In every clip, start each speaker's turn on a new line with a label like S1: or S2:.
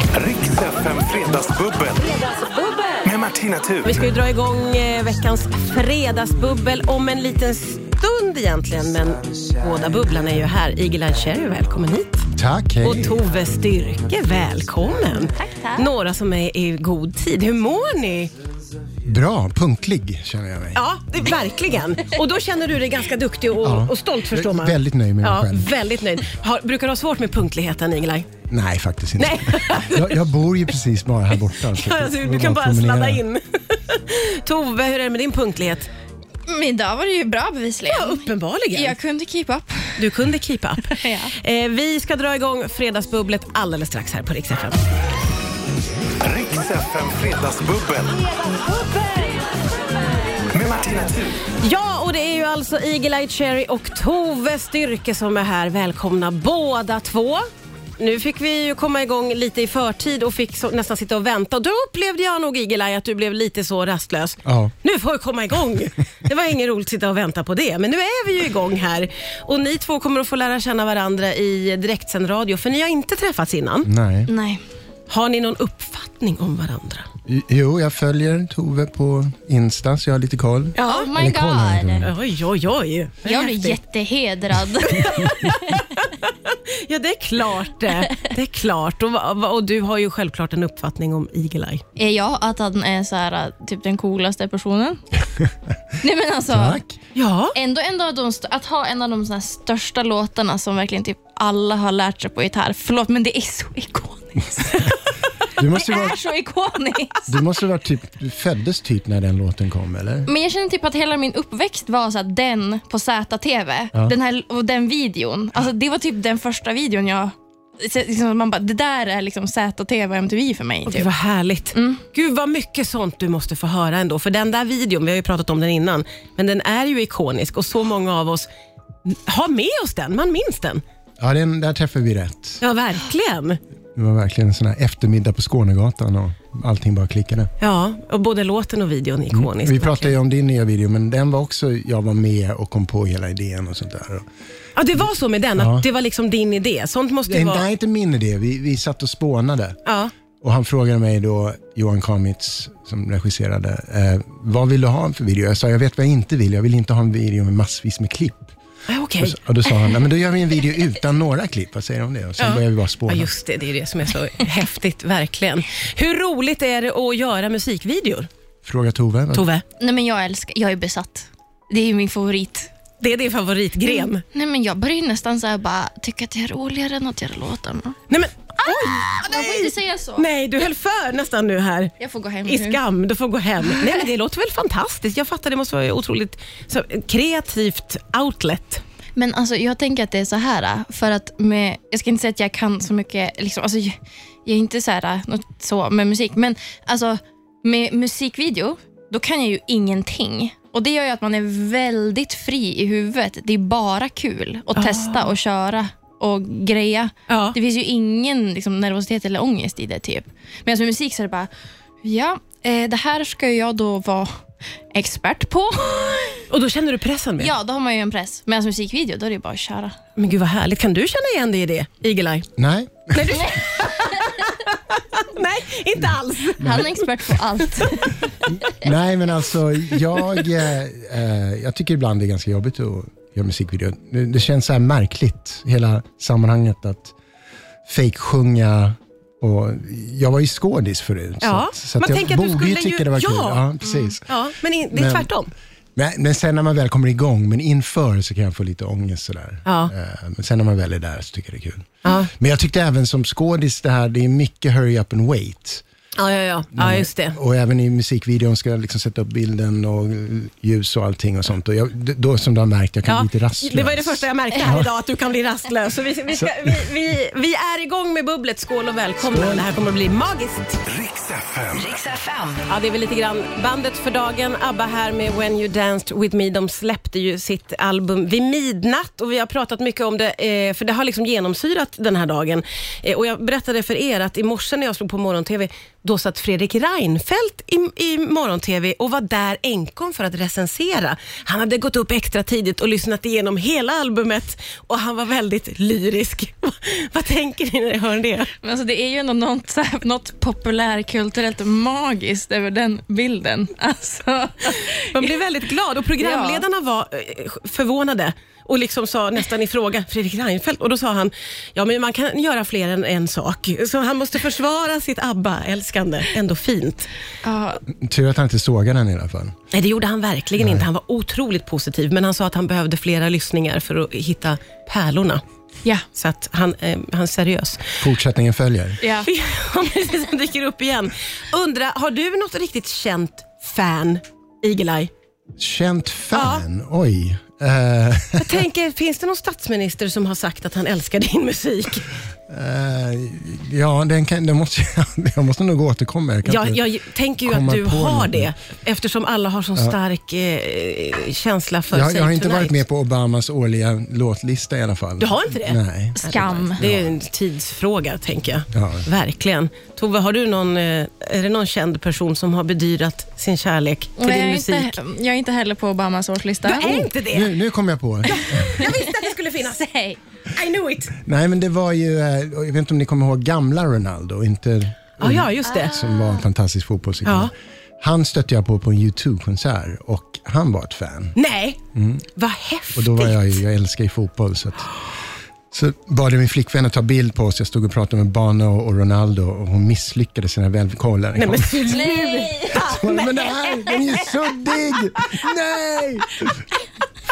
S1: Riks FM Fredagsbubbel med Martina Thun.
S2: Vi ska ju dra igång eh, veckans fredagsbubbel om en liten stund egentligen. Men båda bubblarna är ju här. Igeline Cherry, välkommen hit.
S3: Tack, hej.
S2: Och Tove Styrke, välkommen. Tack, tack. Några som är i god tid. Hur mår ni?
S3: Bra, punktlig känner jag mig.
S2: Ja, det, verkligen. Och då känner du dig ganska duktig och,
S3: Ja.
S2: och stolt förstår
S3: Jag är
S2: man.
S3: väldigt nöjd med mig
S2: ja,
S3: själv.
S2: Väldigt nöjd. Har, brukar du ha svårt med punktligheten, Igeline?
S3: Nej, faktiskt inte.
S2: Nej.
S3: Jag, jag bor ju precis bara här borta. så
S2: Alltså,
S3: jag
S2: du kan bara
S3: promenerar.
S2: sladda in. Tove, hur är det med din punktlighet?
S4: Min dag var det ju bra bevisligen.
S2: Ja, uppenbarligen.
S4: Jag kunde keep up.
S2: Du kunde keep up.
S4: Ja.
S2: eh, vi ska dra igång Fredagsbubblet alldeles strax här på Rix FM.
S1: Riks FM Fredagsbubbel med Martina Thun.
S2: Ja, och det är ju alltså Eagle-Eye Cherry och Tove Styrke som är här. Välkomna båda två. Nu fick vi ju komma igång lite i förtid och fick så, nästan sitta och vänta. Och då upplevde jag nog Eagle-Eye att du blev lite så rastlös.
S3: Ja.
S2: Nu får vi komma igång! Det var ingen roligt att sitta och vänta på det. Men nu är vi ju igång här. Och ni två kommer att få lära känna varandra i direktsänd radio, för ni har inte träffats innan.
S3: Nej.
S4: Nej.
S2: Har ni någon uppfattning om varandra?
S3: I- Jo, jag följer Tove på Insta, så jag har lite koll.
S4: Oh my
S3: Eller koll har jag inte.
S4: god.
S2: Oj, oj, oj.
S4: Jag blir
S2: Häftigt.
S4: jättehedrad.
S2: Ja, det är klart det. Det är klart. Och, va- va- och du har ju självklart en uppfattning om Eagle-Eye.
S4: är jag att han är så här, typ den coolaste personen? Nej men alltså.
S3: Tack.
S2: Ja.
S4: Ändå, ändå av de st- att ha en av de så här största låtarna som verkligen typ alla har lärt sig på gitarr. Förlåt men det är så ikoniskt.
S3: Du måste
S4: Det
S3: ju vara...
S4: är så ikoniskt.
S3: Du måste vara typ, du föddes typ när den låten kom, eller?
S4: Men jag känner typ att hela min uppväxt var så här, den på ZTV. Den här, och den videon. Alltså, det var typ den första videon jag... så- Liksom, man bara, det där är liksom ZTV och MTV för mig.
S2: Gud
S4: Typ.
S2: vad härligt. Gud vad mycket sånt du måste få höra ändå. För den där videon, vi har ju pratat om den innan, men den är ju ikonisk och så många av oss har med oss den. Man minns den.
S3: Ja, den, där träffade vi rätt.
S2: Ja, verkligen.
S3: Det var verkligen en sån här eftermiddag på Skånegatan och allting bara klickade.
S2: Ja, och både låten och videon är ikonisk.
S3: Mm, Vi pratade ju om din nya video, men den var också, jag var med och kom på hela idén och sånt där.
S2: Ja, det var så med den, att
S3: Ja.
S2: det var liksom din idé. Sånt måste ju
S3: Det,
S2: vara...
S3: nej, inte min idé. Vi, vi satt och spånade.
S2: Ja.
S3: Och han frågade mig då, Johan Kamitz som regisserade, eh, vad vill du ha för video? Jag sa, jag vet vad jag inte vill. Jag vill inte ha en video med massvis med klipp.
S2: Ah, Okej.
S3: Och, så, och då sa han, nej, men då gör vi en video utan några klipp. Vad säger du om det? Och sen
S2: Ja.
S3: började vi bara spåna.
S2: Ja, just det. Det är det som är så häftigt, verkligen. Hur roligt är det att göra musikvideor?
S3: Fråga Tove. vad-
S2: Tove,
S4: Nej, men jag, älskar, jag är besatt. Det är ju min favorit.
S2: det är din favoritgren.
S4: Nej, men jag börjar ju nästan så här, bara tycka att det är roligare än att göra låtarna.
S2: Nej, men,
S4: Man får inte säga så.
S2: nej, du höll för nästan nu här.
S4: Jag får gå hem
S2: I
S4: nu.
S2: skam, du får gå hem. Nej, men det låter väl fantastiskt? Jag fattar, det måste vara otroligt så, kreativt outlet.
S4: Men alltså, jag tänker att det är så här, äh, för att med, jag ska inte säga att jag kan så mycket, liksom, alltså, jag, jag är inte så här, äh, något så med musik, men alltså, med musikvideo, då kan jag ju ingenting. Och Det gör ju att man är väldigt fri i huvudet. Det är bara kul att testa och köra och greja.
S2: Ja.
S4: Det finns ju ingen liksom, nervositet eller ångest i det. typ. Men med musik så är det bara, ja, eh, det här ska jag då vara expert på.
S2: Och då känner du pressen med?
S4: ja, då har man ju en press. Men musikvideo, då är det ju bara att köra.
S2: Men gud vad härligt. Kan du känna igen dig i det, Eagle-Eye?
S3: Nej,
S2: Nej, du... nej, inte alls.
S4: Han är expert på allt.
S3: nej, men alltså jag, eh, eh, jag tycker ibland det är ganska jobbigt att göra musikvideo. Det, det känns så här märkligt, hela sammanhanget att fejksjunga. Och jag var ju skådis förut, så
S2: Ja,
S3: att- så,
S2: man
S3: att jag
S2: tänker att du
S3: borde ju
S2: skulle ju-
S3: tycka det var kul.
S2: Ja. Mm.
S3: Ja, precis.
S2: Ja, men in, det är
S3: Men-
S2: tvärtom.
S3: Men, men sen när man väl kommer igång, men inför så kan jag få lite ångest sådär.
S2: Ja.
S3: Eh, Men sen när man väl är där så tycker jag det är kul.
S2: Ja.
S3: Men jag tyckte även som skådis det här, det är mycket hurry up and wait.
S2: Ja, ja, ja. ja just det.
S3: Och även i musikvideon ska jag liksom sätta upp bilden och ljus och allting och sånt. Och jag, d- då som du har märkt, jag kan bli lite rastlös.
S2: Det var ju det första jag märkte här idag, att du kan bli rastlös. Så vi, vi, ska, vi, vi, vi är igång med bubblet. Skål och välkomna. Det här kommer att bli magiskt.
S1: Riks FM.
S2: Ja, det är väl lite grann bandet för dagen. ABBA här med When You Danced With Me. De släppte ju sitt album vid midnatt och vi har pratat mycket om det, eh, för det har liksom genomsyrat den här dagen. Eh, Och jag berättade för er att i morse när jag slog på morgon-tv, då Då satt Fredrik Reinfeldt i, i morgon-tv och var där enkom för att recensera. Han hade gått upp extra tidigt och lyssnat igenom hela albumet och han var väldigt lyrisk. Vad tänker ni när ni hör det?
S5: Men alltså, det är ju ändå något, så här- något populärkulturellt magiskt över den bilden. Alltså,
S2: Man blev väldigt glad och programledarna var eh, förvånade och liksom sa nästan i fråga Fredrik Reinfeldt och då sa han ja men man kan göra fler än en sak så han måste försvara sitt ABBA-älskande ändå fint.
S5: ja,
S3: Tur att han inte sågade den i alla fall.
S2: Nej det gjorde han verkligen inte, han var otroligt positiv men han sa att han behövde flera lyssningar för att hitta pärlorna.
S5: ja,
S2: Så att han, eh, han är seriös.
S3: Fortsättningen följer.
S5: ja.
S2: Ja, precis, han dyker upp igen. Undra, har du något riktigt känt fan, Igelaj?
S3: Känt fan, oj. Eh,
S2: Jag tänker, finns det någon statsminister som har sagt att han älskar din musik?
S3: eh, ja, den kan, den måste, jag måste nog återkomma. Jag kan
S2: Jag,
S3: inte-
S2: jag tänker ju att
S3: komma
S2: du
S3: på
S2: har
S3: någon.
S2: det, eftersom alla har sån stark eh, känsla för
S3: jag,
S2: Save
S3: jag har inte
S2: Tonight.
S3: varit med på Obamas årliga låtlista i alla fall.
S2: Du har inte det?
S3: Nej.
S5: Skam.
S2: Det är en tidsfråga, tänker jag.
S3: Ja.
S2: Verkligen. Tove, har du någon, eh, är det någon känd person som har bedyrat sin kärlek till
S5: Nej, jag,
S2: din
S5: är
S2: musik?
S5: inte, jag är inte heller på Obamas årslista.
S2: Du är inte det?
S3: Nu, nu kom jag på.
S2: Jag visste att det skulle finnas.
S5: Nej.
S2: I knew it.
S3: Nej, men det var ju, eh, jag vet inte om ni kommer ihåg gamla Ronaldo, inte
S2: Ja, ja just
S5: Ah.
S2: det.
S3: som var en fantastisk fotbollsspelare.
S2: Ja.
S3: Han stötte jag på på en YouTube-konsert och han var ett fan.
S2: Nej, vad häftigt.
S3: Mm. Och då var jag, ju- jag älskar ju fotboll. Så, att, så bad jag min flickvän att ta bild på oss. Jag stod och pratade med Bono och Ronaldo och hon misslyckade sina välkollare.
S2: Nej, men
S5: Nej.
S3: men, men det här, den är ju suddig! Nej!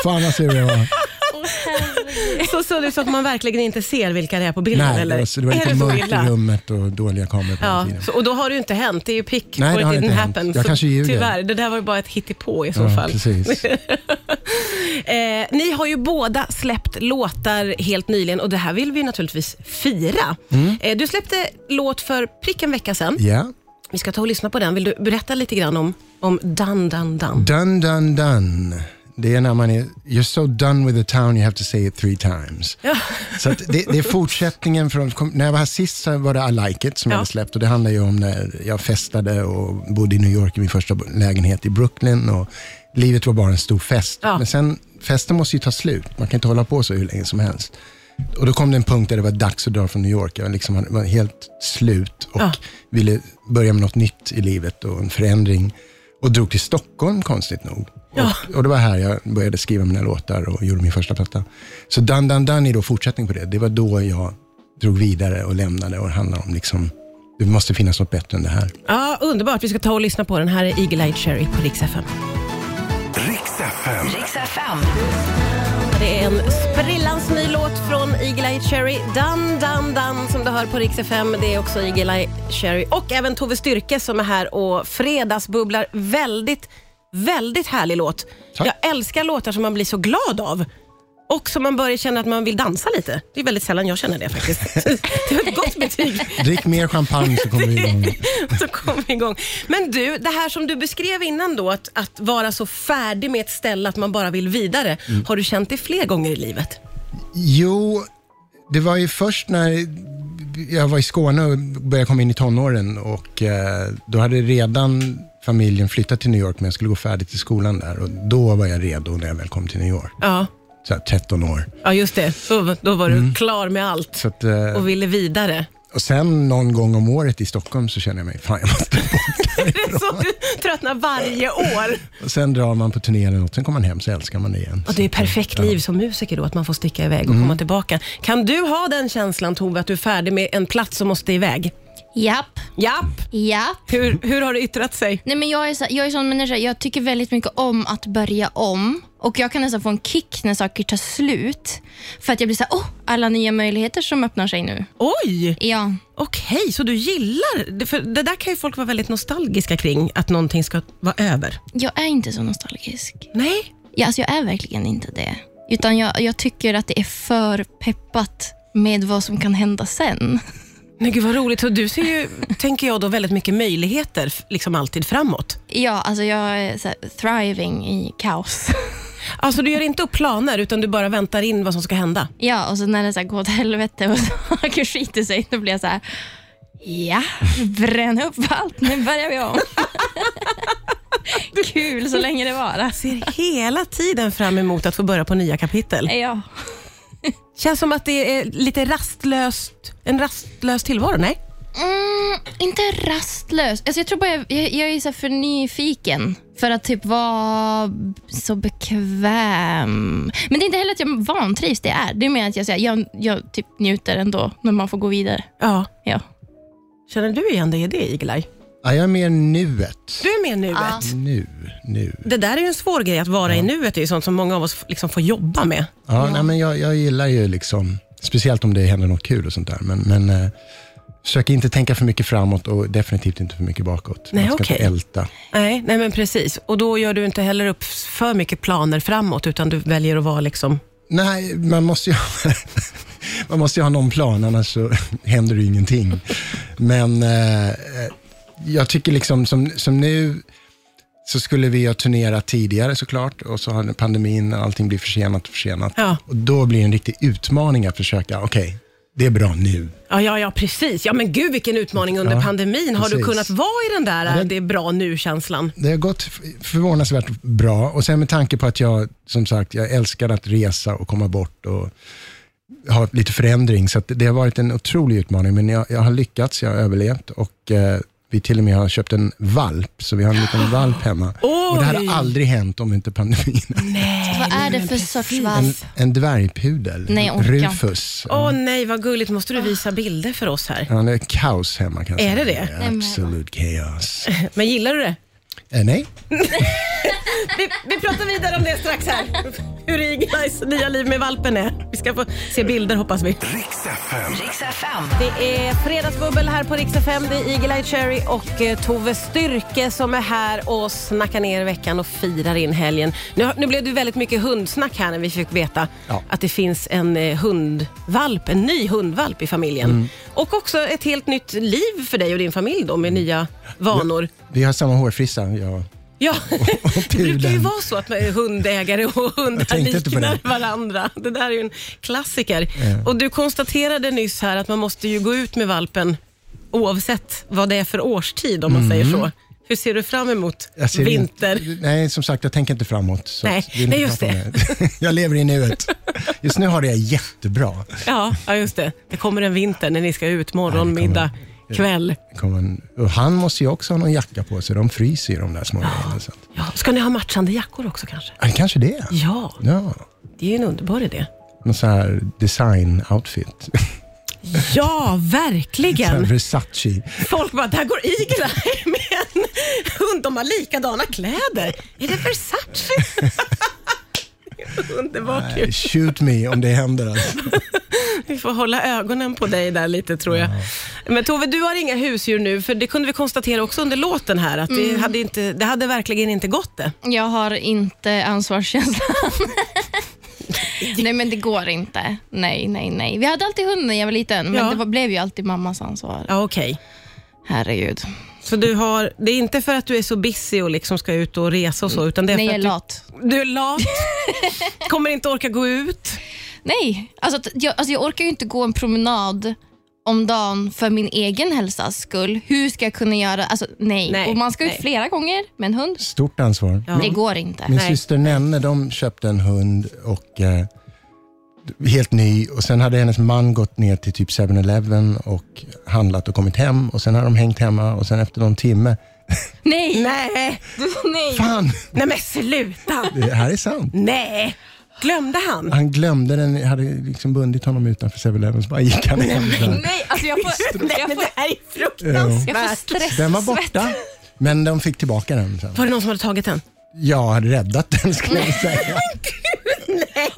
S3: Fan vad sur jag var.
S2: Så suddigt så att man verkligen inte ser vilka det är på bilden?
S3: Nej,
S2: eller?
S3: det var, så- det var
S2: Är
S3: lite
S2: så
S3: mörkt i
S2: illa?
S3: rummet och dåliga kameror på
S2: Ja,
S3: den tiden.
S2: så, och då har det ju inte hänt. Det är ju pick
S3: Nej,
S2: for
S3: det
S2: it
S3: har
S2: didn't
S3: inte hänt.
S2: happen.
S3: Jag
S2: så
S3: kanske ljuger.
S2: Tyvärr, det där var ju bara ett hittepå i så
S3: Ja,
S2: fall.
S3: precis.
S2: Eh, ni har ju båda släppt låtar helt nyligen och det här vill vi naturligtvis fira. Eh, du släppte låt för prick en vecka sedan.
S3: Mm. Ja.
S2: Vi ska ta och lyssna på den. Vill du berätta lite grann om, om Dun Dun Dun?
S3: Done, done, done. Det är när man är, you're so done with the town you have to say it three times. Så att det, det är fortsättningen från, kom, när jag var här sist så var det I like it som
S2: Ja.
S3: jag hade släppt och det handlar ju om när jag festade och bodde i New York i min första lägenhet i Brooklyn och livet var bara en stor fest.
S2: Ja.
S3: Men sen, festen måste ju ta slut, man kan inte hålla på så hur länge som helst. Och då kom det en punkt där det var dags att dra från New York. Jag liksom var helt slut och
S2: Ja.
S3: ville börja med något nytt i livet och en förändring. Och drog till Stockholm konstigt nog.
S2: Ja.
S3: Och, och det var här jag började skriva mina låtar och gjorde min första platta. Så Dan Dan Dan är då fortsättning på det. Det var då jag drog vidare och lämnade och det handlar om liksom, det måste finnas något bättre än det här.
S2: Ja, underbart. Vi ska ta och lyssna på den. Här är Eagle Eye Cherry på Rix FM.
S1: Riks FM.
S6: Riks FM.
S2: Det är en sprillans ny låt från Eagle Eye Cherry. Dan, dan, dan som du hör på Rix FM. Det är också Eagle Eye Cherry och även Tove Styrke som är här och fredagsbubblar. Väldigt, väldigt härlig låt.
S3: Tack.
S2: Jag älskar låtar som man blir så glad av. Och som man börjar känna att man vill dansa lite. Det är väldigt sällan jag känner det faktiskt. Det var ett gott betyg.
S3: Drick mer champagne så kommer vi igång.
S2: Så kom vi igång. Men du, det här som du beskrev innan då, att, att vara så färdig med ett ställe att man bara vill vidare. Har du känt det fler gånger i livet?
S3: Jo, det var ju först när jag var i Skåne och började komma in i tonåren och eh, då hade redan familjen flyttat till New York men jag skulle gå färdigt i skolan där och då var jag redo när jag väl kom till New York.
S2: Ja, Mm.
S3: Så här, 13 år.
S2: ja just det. Då, då var du klar med allt
S3: Så att, eh,
S2: och ville vidare.
S3: och sen någon gång om året i Stockholm så känner jag mig, fan jag måste
S2: Det är så du tröttnar varje år.
S3: Och sen drar man på turné eller något, sen kommer man hem så älskar man det igen.
S2: Och det är perfekt liv som musiker då, att man får sticka iväg och komma tillbaka. Kan du ha den känslan Tove, att du är färdig med en plats som måste iväg?
S5: Japp,
S2: Japp!
S5: japp.
S2: Hur, hur har det yttrat sig?
S5: Nej, men jag, är så, jag är sån människa, jag tycker väldigt mycket om att börja om. Och Jag kan nästan få en kick när saker tar slut. För att jag blir så här, åh, alla nya möjligheter som öppnar sig nu.
S2: Oj!
S5: Ja,
S2: Okej, så du gillar... det- För det där kan ju folk vara väldigt nostalgiska kring, att någonting ska vara över.
S5: jag är inte så nostalgisk.
S2: Nej?
S5: Ja, alltså jag är verkligen inte det. Utan jag, jag tycker att det är för peppat med vad som kan hända sen.
S2: Nej, gud vad roligt. Och du ser ju, tänker jag då, väldigt mycket möjligheter, f- liksom alltid framåt.
S5: Ja, alltså jag är så här, thriving i kaos.
S2: Alltså du gör inte upp planer, utan du bara väntar in vad som ska hända.
S5: Ja, och så när det så här går åt helvete och saker skiter sig, då blir jag så här, Ja, bränn upp allt. Nu börjar vi om. Kul så länge det varar.
S2: Ser hela tiden fram emot att få börja på nya kapitel.
S5: Eh, Ja.
S2: Känns som att det är lite rastlöst, en rastlös tillvaro, nej?
S5: Mm, inte rastlös. Alltså jag tror bara jag, jag, jag är så här för nyfiken för att typ vara så bekväm. Men det är inte heller att jag vantrivs. Det är det är mer att jag, så här, jag, jag typ njuter ändå när man får gå vidare.
S2: Ja.
S5: Ja.
S2: Känner du igen dig i det, Igelaj?
S3: Ja, jag är mer nuet.
S2: Du är med i nuet.
S5: Ja.
S3: Nu, nu.
S2: Det där är ju en svår grej, att vara i nuet. Det är ju sånt som många av oss f- liksom får jobba med.
S3: Ja, Nej, men jag, jag gillar ju liksom, speciellt om det händer något kul och sånt där, men, men eh, försök inte tänka för mycket framåt och definitivt inte för mycket bakåt.
S2: Nej,
S3: Man ska
S2: okej.
S3: inte älta.
S2: Nej, nej men precis. Och då gör du inte heller upp för mycket planer framåt, utan du väljer att vara liksom...
S3: Nej, man måste ju ha, man måste ju ha någon plan, annars så händer det ju ingenting. Men eh, jag tycker liksom, som, som nu, så skulle vi ha turnerat tidigare såklart, och så har pandemin, allting blir försenat och försenat.
S2: Ja.
S3: Och då blir det en riktig utmaning att försöka, okej, det är bra nu.
S2: Ja, ja, ja, precis. Ja, men gud vilken utmaning under
S3: Ja,
S2: pandemin. Har du
S3: precis.
S2: kunnat vara i den där
S3: Ja, det-
S2: det är bra nu-känslan?
S3: Det har gått f- förvånansvärt bra och sen med tanke på att jag, som sagt, jag älskar att resa och komma bort och ha lite förändring, så att det har varit en otrolig utmaning, men jag, jag har lyckats, jag har överlevt och eh, vi till och med har köpt en valp, så vi har en liten valp hemma. Och det
S2: Oj!
S3: hade aldrig hänt om inte pandemin.
S5: Vad är det för sorts
S3: En,
S5: valp?
S3: en dvärgpudel,
S5: Nej, jag orkar inte.
S3: Rufus.
S2: Åh nej, vad gulligt. Måste du visa bilder för oss här?
S3: Ja, det är kaos hemma kan jag
S2: Är
S3: säga.
S2: det det?
S3: är Absolut kaos.
S2: Men gillar du det?
S3: Eh, nej?
S2: Vi, vi pratar vidare om det strax här. Hur Igelajs nya liv med valpen är. Vi ska få se bilder hoppas vi.
S1: Riks FM.
S6: Riks FM.
S2: Det är fredagsbubbel här på Rix FM. Det är Eagle-Eye Cherry och eh, Tove Styrke som är här och snackar ner veckan och firar in helgen. Nu, har- nu blev det väldigt mycket hundsnack här när vi fick veta
S3: Ja.
S2: att det finns en eh, hundvalp, en ny hundvalp i familjen. Och också ett helt nytt liv för dig och din familj då med nya vanor.
S3: Vi har samma hårfrissa, jag
S2: Ja, det brukar ju
S3: pudeln.
S2: vara så att man är hundägare och
S3: Jag
S2: hundar
S3: tänkte inte på
S2: liknar
S3: det.
S2: varandra. Det där är ju en klassiker. Och du konstaterade nyss här att man måste ju gå ut med valpen oavsett vad det är för årstid om man säger så. Hur ser du fram emot
S3: Mm. Alltså, Jag ser
S2: vinter?
S3: Inte, nej, som sagt, jag tänker inte framåt. Så
S2: Nej,
S3: att vi inte
S2: nej, just
S3: pratar om jag lever i nuet. Just nu har det jag jättebra.
S2: Ja, ja, just det. Det kommer en vinter när ni ska ut morgon,
S3: Nej, det kommer-
S2: middag, kväll.
S3: Det kommer en- Och han måste ju också ha någon jacka på sig. De fryser ju de där små grejerna. Så. att-
S2: Ja, ska ni ha matchande jackor också kanske?
S3: Ja, Kanske det.
S2: Ja,
S3: Ja,
S2: det är ju en underbar idé.
S3: någon sån här design-outfit.
S2: Ja,
S3: Så här
S2: verkligen.
S3: Versace.
S2: Folk bara, där går Eagle Eye med en hund. De har likadana kläder. Är det Versace? Underbart ju.
S3: Nej, Shoot me om det händer. Alltså.
S2: Vi får hålla ögonen på dig där lite tror jag. Men Tove, du har inga husdjur nu, för det kunde vi konstatera också under låten här, att det, hade inte, det hade verkligen inte gått det.
S5: Jag har inte ansvarskänslan. nej, men det går inte. Nej, nej, nej. Vi hade alltid hund när jag var liten, men
S2: Ja.
S5: det var, blev ju alltid mammas ansvar.
S2: Ja, okej.
S5: Herregud.
S2: Så du har, det är inte för att du är så busy och liksom ska ut och resa och så, utan det är
S5: Mm. Nej, jag
S2: för
S5: är
S2: att
S5: lat.
S2: Du, du är lat, kommer inte orka gå ut.
S5: Nej, alltså, att jag, alltså jag orkar ju inte gå en promenad om dagen för min egen hälsas skull. Hur ska jag kunna göra? Alltså, nej.
S2: Nej,
S5: Och man ska ut
S2: nej.
S5: flera gånger med en hund.
S3: Stort ansvar.
S5: Det går inte.
S3: Min
S2: Nej.
S3: syster Nenne de köpte en hund och eh, helt ny och sen hade hennes man gått ner till typ 7-Eleven och handlat och kommit hem och sen har de hängt hemma och sen efter någon timme,
S5: Nej,
S2: Nej,
S5: nej.
S3: fan,
S2: nej men sluta.
S3: det här är sant.
S2: Nej, glömde han?
S3: Han glömde den, jag hade liksom bundit honom utanför 7-Eleven så bara gick han hem. där.
S5: nej. Alltså jag får,
S2: Nej,
S5: jag
S2: men
S5: får,
S2: det här är
S5: jag får
S2: fruktansvärt.
S5: stress.
S3: Den var borta, men de fick tillbaka den sen.
S2: Var det någon som hade tagit den?
S3: Jag hade räddat den skulle jag säga.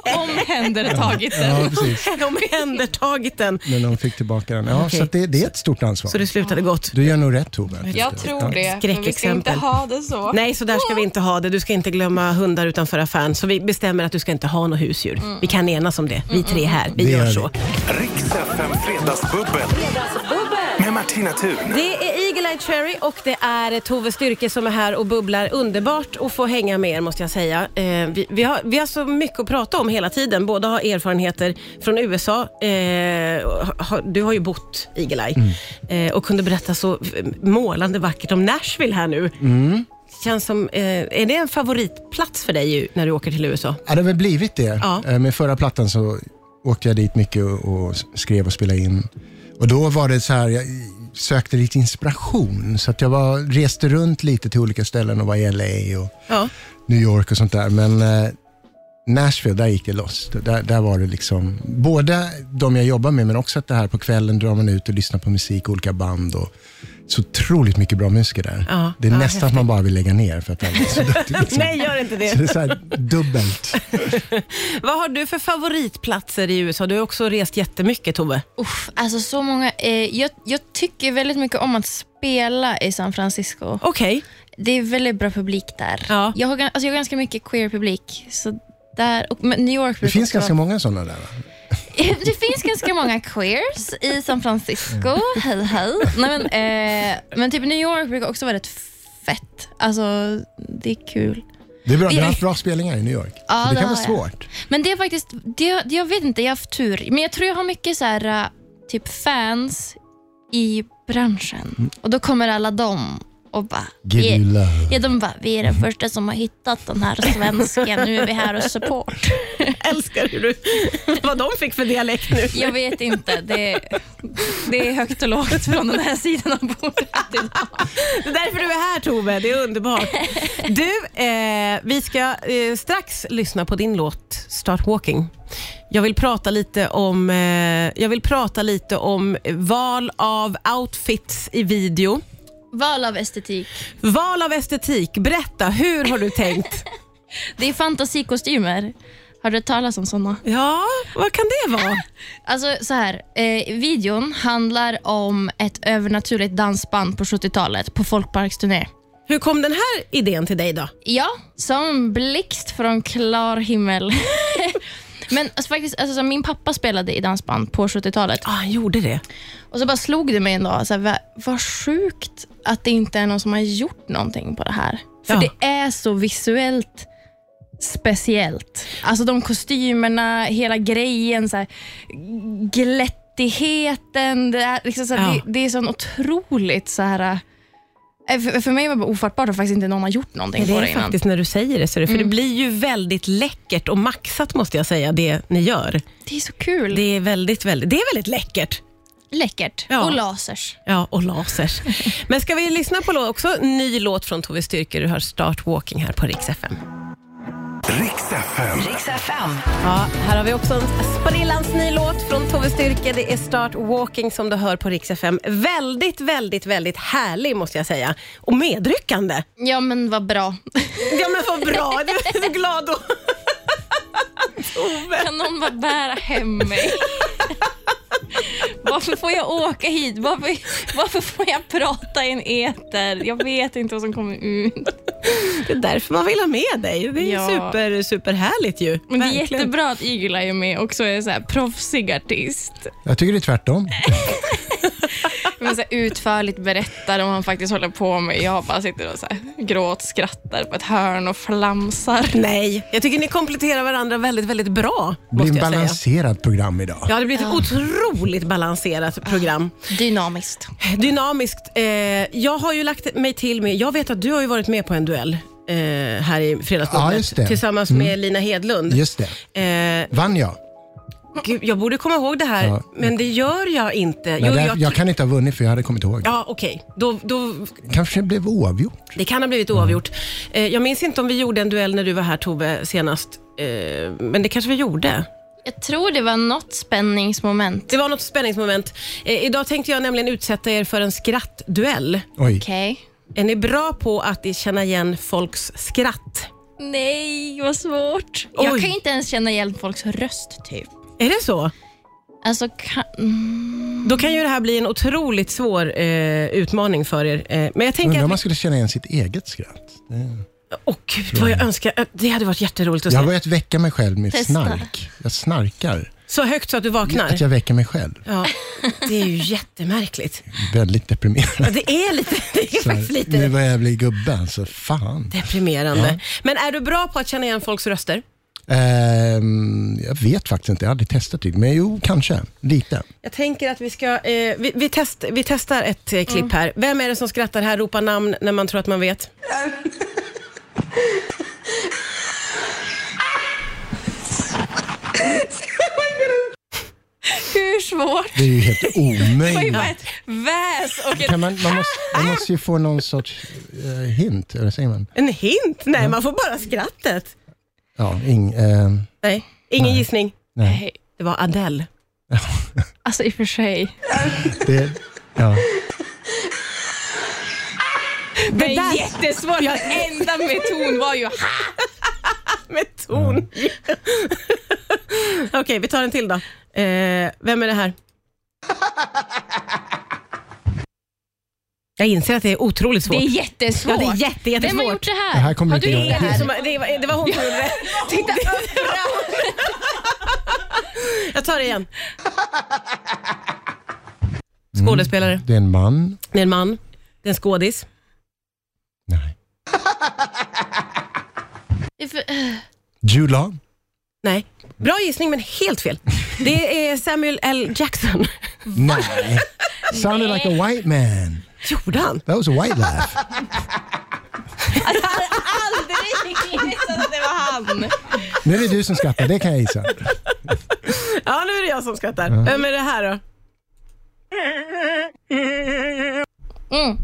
S5: Omhändertagit den.
S3: Ja, precis.
S2: Omhändertagit den.
S3: Men de fick tillbaka den. Ja, Så att det, det är ett stort ansvar.
S2: Så det slutade gott.
S3: Du gör nog rätt Tove.
S5: Jag tror det. Men vi ska inte
S2: Skräckexempel.
S5: ha det så.
S2: Nej, så där ska vi inte ha det. Du ska inte glömma hundar utanför affären. Så vi bestämmer att du ska inte ha något husdjur.
S5: Mm.
S2: Vi kan enas om det. Vi tre här. Vi
S3: Det
S2: gör
S3: gör
S2: så.
S1: Riks FM Fredagsbubbel. Med Martina Thun.
S2: Det är Eagle-Eye Cherry och det är Tove Styrke som är här och bubblar underbart och får hänga med er måste jag säga. Eh, vi, vi, har, vi har så mycket att prata om hela tiden. Båda har erfarenheter från USA. Eh, har- du har ju bott Eagle-Eye eh, och kunde berätta så eh, målande vackert om Nashville här nu. Känns som, eh, är det en favoritplats för dig ju, när du åker till USA?
S3: Ja, det har väl blivit det.
S2: Ja.
S3: Eh, Med förra plattan så åkte jag dit mycket och, och skrev och spelade in. Och då var det så här, jag sökte lite inspiration. Så att jag var, reste runt lite till olika ställen och var i LA och
S2: Ja.
S3: New York och sånt där. Men eh, Nashville, där gick det loss. Där, där var det liksom, både de jag jobbar med men också att det här på kvällen drar man ut och lyssnar på musik, olika band och så otroligt mycket bra musiker där.
S2: Ja,
S3: det är
S2: ja,
S3: nästan att man bara vill lägga ner för att det är så duktigt. Liksom.
S2: Nej, gör inte
S3: Så det är
S2: det.
S3: så här dubbelt.
S2: Vad har du för favoritplatser i USA? Du har också rest jättemycket Tove.
S5: Uff, alltså så många. Eh, jag, jag tycker väldigt mycket om att spela i San Francisco.
S2: Okej.
S5: Det är väldigt bra publik där.
S2: Ja.
S5: Jag, har, gan- alltså jag har ganska mycket queer-publik. Så där, och, men New York
S3: Det
S5: brukar
S3: finns
S5: också
S3: ganska
S5: vara-
S3: många sådana där va?
S5: det finns ganska många queers i San Francisco. Hej, hej. Nej, men, eh, men typ New York brukar också vara rätt fett. Alltså, det är kul.
S3: Det är bra, du har
S5: Ja.
S3: haft bra spelningar i New York.
S5: Ja,
S3: Så det
S5: det
S3: kan
S5: har
S3: vara
S5: jag.
S3: svårt.
S5: Men det är faktiskt, det, jag vet inte, jag har haft tur. Men jag tror jag har mycket så här, äh, typ fans i branschen. Och då kommer alla dem och bara...
S3: Give
S5: "Vi-
S3: you love.
S5: Ja, de bara, vi är den första som har hittat den här svensken. Nu är vi här och support.
S2: älskar hur du, vad de fick för dialekt nu.
S5: Jag vet inte. Det, det är högt och lågt från den här sidan av bordet.
S2: Det är därför du är här Tove, det är underbart. Du, eh, vi ska eh, strax lyssna på din låt Start Walking. Jag vill prata lite om, eh, jag vill prata lite om val av outfits i video.
S5: Val av estetik.
S2: Val av estetik, berätta hur har du tänkt?
S5: Det är fantasikostymer. Har du hört talas om såna?
S2: Ja, vad kan det vara?
S5: Alltså så här, eh, videon handlar om ett övernaturligt dansband på 70-talet på folkparksturné.
S2: Hur kom den här idén till dig då?
S5: Ja, som blixt från klar himmel. Men alltså, faktiskt, alltså, så min pappa spelade i dansband på 70-talet
S2: ah, han gjorde det.
S5: och så bara slog det mig en dag, så här, va- vad sjukt att det inte är någon som har gjort någonting på det här. För
S2: Ja.
S5: det är så visuellt speciellt. Alltså de kostymerna, hela grejen, så här, glättigheten. Det är, liksom, så här,
S2: Ja.
S5: det, det är sån otroligt så här... eh, För, för mig var det bara ofattbart att faktiskt inte någon har gjort någonting
S2: Det
S5: på
S2: är
S5: det
S2: det
S5: innan.
S2: faktiskt när du säger det, så är det för det blir ju väldigt läckert och maxat måste jag säga, det ni gör.
S5: Det är så kul.
S2: Det är väldigt, väldigt, det är väldigt läckert.
S5: Läckert.
S2: Ja.
S5: Och lasers.
S2: Ja, och lasers. Men ska vi lyssna på lå- också ny låt från Tove Styrke? Du hör Start Walking här på Rix FM.
S1: Riks FM.
S6: Rix FM.
S2: Ja, här har vi också en sprillans ny låt från Tove Styrke. Det är Start Walking som du hör på Rix FM. Väldigt, väldigt, väldigt härlig måste jag säga. Och medryckande.
S5: Ja, men vad bra.
S2: Ja men vad bra, du är så glad då. Tove.
S5: Kan någon bara bära hem mig? Varför får jag åka hit? Varför, varför får jag prata i en eter? Jag vet inte vad som kommer ut.
S2: Det är därför man vill ha med dig. Det är ju
S5: Ja.
S2: super, superhärligt ju.
S5: Men det är
S2: Verkligen.
S5: jättebra att Ygla är med och så är så här proffsig artist.
S3: Jag tycker det är tvärtom.
S5: Men så här utförligt berättar om vad han faktiskt håller på med. Jag bara sitter och så här gråtskrattar på ett hörn och flamsar.
S2: Nej, jag tycker ni kompletterar varandra väldigt, väldigt bra.
S3: Det blir
S2: Måste
S3: ett
S2: jag säga.
S3: balanserat program idag.
S2: Ja, det blir ett otroligt balanserat program.
S5: Dynamiskt.
S2: Dynamiskt. Eh, jag har ju lagt mig till med, jag vet att du har ju varit med på en duell eh, här i
S3: Ja,
S2: Fredagsbubblet
S3: just det. Mm.
S2: tillsammans med Lina Hedlund.
S3: Just det.
S2: Eh,
S3: Vann jag?
S2: gud, jag borde komma ihåg det här,
S3: Ja.
S2: men det gör jag inte.
S3: Nej,
S2: Jo,
S3: det,
S2: jag-
S3: jag, kan inte ha vunnit för jag hade kommit ihåg.
S2: Ja, okej. Då, då
S3: Kanske det blev oavgjort.
S2: Det kan ha blivit oavgjort. Eh, jag minns inte om vi gjorde en duell när du var här Tove senast, eh, men det kanske vi gjorde.
S5: Jag tror det var något spänningsmoment.
S2: Det var något spänningsmoment. Eh, idag tänkte jag nämligen utsätta er för en skrattduell.
S3: Oj.
S5: Okej.
S2: Är ni bra på att känna igen folks skratt?
S5: Nej, vad svårt.
S2: Oj.
S5: Jag kan ju inte ens känna igen folks röst typ.
S2: Är det så?
S5: Alltså, kan... mm.
S2: Då kan ju det här bli en otroligt svår eh, utmaning för er. Eh, men jag tänker
S3: Undrar
S2: att...
S3: om man skulle känna igen sitt eget skratt. Det-
S2: Åh gud, vad jag önskar. eh, Det hade varit jätteroligt att
S3: Jag har
S2: se.
S3: börjat väcka mig själv med
S5: Testa.
S3: snark. Jag snarkar.
S2: Så högt så att du vaknar?
S3: Att jag väcker mig själv.
S2: Ja, det är ju jättemärkligt.
S3: Väldigt deprimerad.
S2: Ja, Det är lite, det är
S3: Så
S2: faktiskt
S3: här, Nu
S2: lite
S3: börjar jag bli gubbe alltså. Fan.
S2: deprimerande. Men är du bra på att känna igen folks röster?
S3: Ehm, jag vet faktiskt inte, jag har aldrig testat det. Men jo, kanske. Lite.
S2: Jag tänker att vi ska, eh, vi, vi, test, vi testar ett eh, klipp här. Vem är det som skrattar här, ropar namn när man tror att man vet?
S5: Hur svårt?
S3: Det är ju helt
S5: Det var ju
S3: omöjligt.
S5: bara ett väs och
S3: Kan
S5: ett...
S3: man, man, måste, man måste ju få någon sorts eh, hint, eller säger man?
S2: En hint? Nej, man får bara skrattet.
S3: Ja, ing, eh,
S2: Nej, ingen gissning.
S3: nej.
S5: Nej,
S2: Det var Adele.
S5: alltså i och för sig.
S3: Det, ja.
S5: Det
S2: Det
S5: är
S2: där-
S5: jättesvårt. Den enda metod var ju...
S2: Med ton. Okej, vi tar en till då. Eh, vem är det här? Jag inser att det är otroligt svårt.
S5: Det är jättesvårt.
S2: Ja, det är jätte, jättesvårt.
S5: Vem har gjort det här?
S3: Det här kommer
S5: har
S3: inte
S5: du
S3: jag
S5: gjort det
S2: Det, är
S3: ihåg.
S5: här?
S2: som, det, var, det var hon som gjorde det. Titta, Jag tar det igen. Skådespelare.
S3: Mm. Det är en man.
S2: Det är en man. Det är en skådis.
S3: Nej. Jude Law.
S2: Nej. Bra gissning, men helt fel. Det är Samuel L. Jackson.
S3: Nej. Sounded like a white man.
S2: Gjorde han?
S3: That was a white laugh.
S2: Alltså,
S5: Aldrig gissat att det var han.
S3: Nu är det du som skrattar, det kan jag gissa.
S2: Ja, nu är det jag som skrattar. Vem är det här då?
S5: Mm.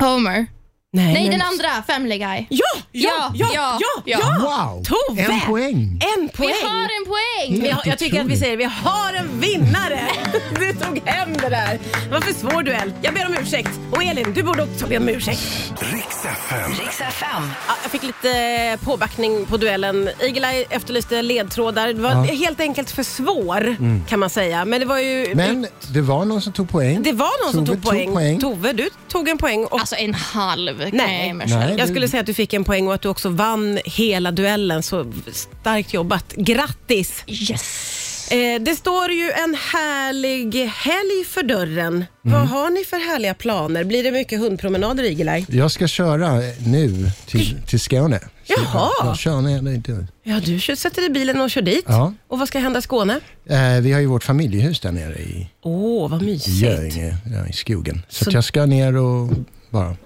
S5: Homer. Nej,
S2: men-
S5: den andra. Family Guy.
S2: Ja, ja, ja, ja, ja,
S3: Wow,
S2: Tove!
S3: en poäng.
S2: En poäng!
S5: Vi har en poäng!
S2: Vi har, jag
S3: Helt
S2: tycker att vi
S3: otroligt.
S2: säger vi har en vinnare! Du tog hem det där. Det var för svår duell. Jag ber om ursäkt. Och Elin, du borde också be om ursäkt.
S1: Riks FM.
S6: Riks FM.
S2: Ja, jag fick lite eh, påbackning på duellen. Igelaj efterlyste ledtrådar. Det var helt enkelt för svår kan man säga. Men det var ju...
S3: Men det var någon som tog poäng.
S2: det var någon som
S3: Tove
S2: tog poäng. Tove, du tog en poäng. Och
S5: Alltså en halv kan
S2: Nej.
S5: jag ge mig själv.
S3: Nej.
S2: jag skulle säga att du fick en poäng och att du också vann hela duellen. Så starkt jobbat. Grattis!
S5: Yes!
S2: Eh, det står ju en härlig helg för dörren. Vad har ni för härliga planer? Blir det mycket hundpromenader, Igelaj?
S3: Jag ska köra nu till, till Skåne. Så
S2: Jaha.
S3: Jag, jag kör ner dit nu.
S2: Ja, du kör- sätter dig i bilen och kör dit.
S3: Ja.
S2: Och vad ska hända i Skåne?
S3: Eh, vi har ju vårt familjehus där nere i
S2: Åh, vad mysigt.
S3: Göinge, ja, i skogen. Så,
S2: Så-
S3: att jag ska ner och bara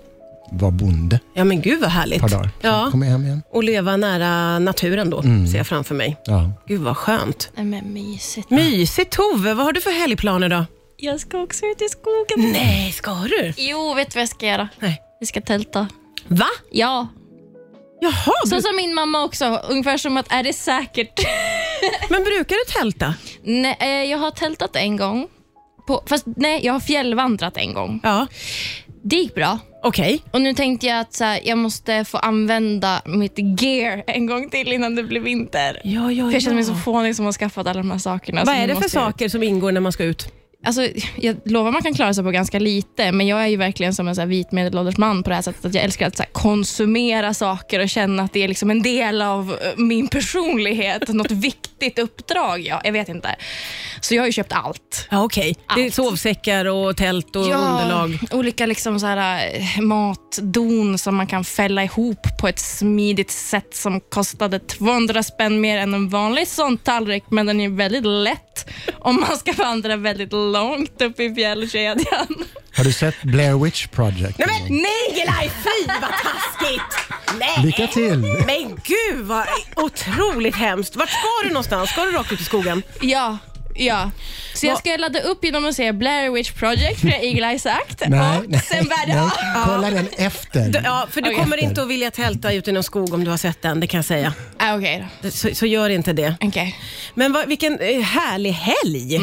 S3: vara bonde
S2: Ja, men gud vad
S3: ett
S2: härligt.
S3: par dagar. Mm. Sen
S2: Ja,
S3: kommer jag hem igen.
S2: och leva nära naturen då, ser jag framför mig.
S3: Ja.
S2: Gud vad skönt.
S5: Nej, men mysigt.
S2: Mysigt Tove, vad har du för helgplaner då?
S5: Jag ska också ut i skogen.
S2: Nej, ska du?
S5: Jo, vet du vad jag ska göra?
S2: Nej.
S5: Vi ska tälta.
S2: Va?
S5: Ja,
S2: Jaha,
S5: så
S2: bru-
S5: som min mamma också. Ungefär som att, är det säkert?
S2: men brukar du tälta?
S5: nej, eh, jag har tältat en gång. På, fast nej, jag har fjällvandrat en gång.
S2: Ja,
S5: Det gick bra.
S2: okej.
S5: Och nu tänkte jag att så här, jag måste få använda mitt gear en gång till innan det blir vinter.
S2: Ja, ja,
S5: För jag känner mig
S2: ja. Alltså,
S5: så fånig som har skaffat alla de här sakerna.
S2: Vad
S5: Så
S2: är
S5: nu
S2: det för
S5: måste jag-
S2: saker som ingår när man ska ut?
S5: Alltså, jag lovar man kan klara sig på ganska lite, men jag är ju verkligen som en så här vit medelålders man på det här sättet att jag älskar att så här konsumera saker och känna att det är liksom en del av eh, min personlighet, något viktigt uppdrag. Ja, jag vet inte. Så jag har ju köpt allt.
S2: Ja, okej. Det är
S5: Allt.
S2: sovsäckar och tält och underlag.
S5: olika liksom så här eh, matdon som man kan fälla ihop på ett smidigt sätt som kostade 200 spänn mer än en vanlig sån tallrik, men den är väldigt lätt om man ska vandra väldigt långt upp i fjällkedjan.
S3: Har du sett Blair Witch Project?
S2: Nej men nej Elaj, fy vad taskigt! Nej.
S3: Lycka till!
S2: Men gud vad otroligt hemskt. Vart ska du någonstans? Ska du rakt ut i skogen?
S5: Ja, ja. Så jag ska ladda upp genom att säga Blair Witch Project, för det har Eagle-Eye sagt.
S3: Nej,
S5: och
S3: nej,
S5: sen värde
S3: nej.
S5: av.
S3: Kolla den efter.
S2: Ja, för du
S5: Okej.
S2: kommer inte att vilja tälta ute i någon skog om du har sett den, det kan jag säga.
S5: Ah, Okej då.
S2: Så, så gör inte det.
S5: Okej.
S2: Men vad, vilken eh, härlig helg!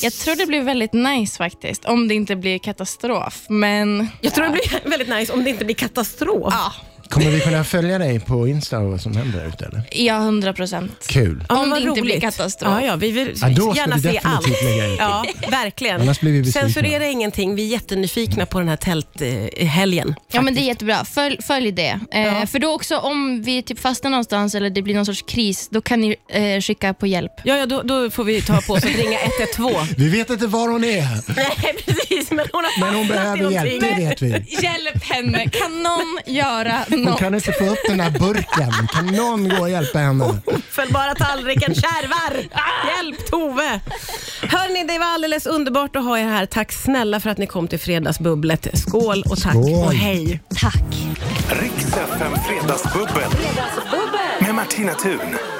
S5: Jag tror det blir väldigt nice faktiskt, om det inte blir katastrof. Men
S2: Jag tror det blir väldigt nice om det inte blir katastrof.
S5: ja,
S3: Kommer vi kunna följa dig på Insta och vad som händer där ute? Eller?
S5: Ja, 100 procent.
S3: Kul.
S2: Ja, men
S5: Om
S2: vad
S5: det inte blir
S2: roligt.
S5: katastrof.
S2: Ja, ja, vi vill
S3: Ja, då ska
S2: gärna
S3: vi
S2: se allt.
S3: definitivt lägga ut.
S2: Ja, verkligen.
S3: Annars blir vi besvikna.
S2: Censurera ingenting. Vi är jättenyfikna på den här tälthelgen.
S5: Ja men det är jättebra, följ, följ det. Eh, För då också om vi typ fastnar någonstans eller det blir någon sorts kris, då kan ni eh, skicka på hjälp.
S2: Ja, ja då, då får vi ta på oss att ringa 112.
S3: Vi vet inte var hon är,
S2: Nej, precis. Men hon, har
S3: men hon
S2: fastnat i
S3: behöver
S2: någonting.
S3: hjälp. Det vet vi.
S5: Hjälp henne, kan någon göra
S3: Hon
S5: något?
S3: kan inte få upp den där burken. Kan någon gå och hjälpa henne?
S2: Ofällbara tallriken kärvar! Hjälp Tove! Hörni, det var alldeles underbart att ha er här. Tack snälla för att ni kom till Fredagsbubblet. Skål och tack
S3: Skål.
S2: och hej!
S5: Tack.
S1: Riks FM Fredagsbubbel. Med Martina Thun.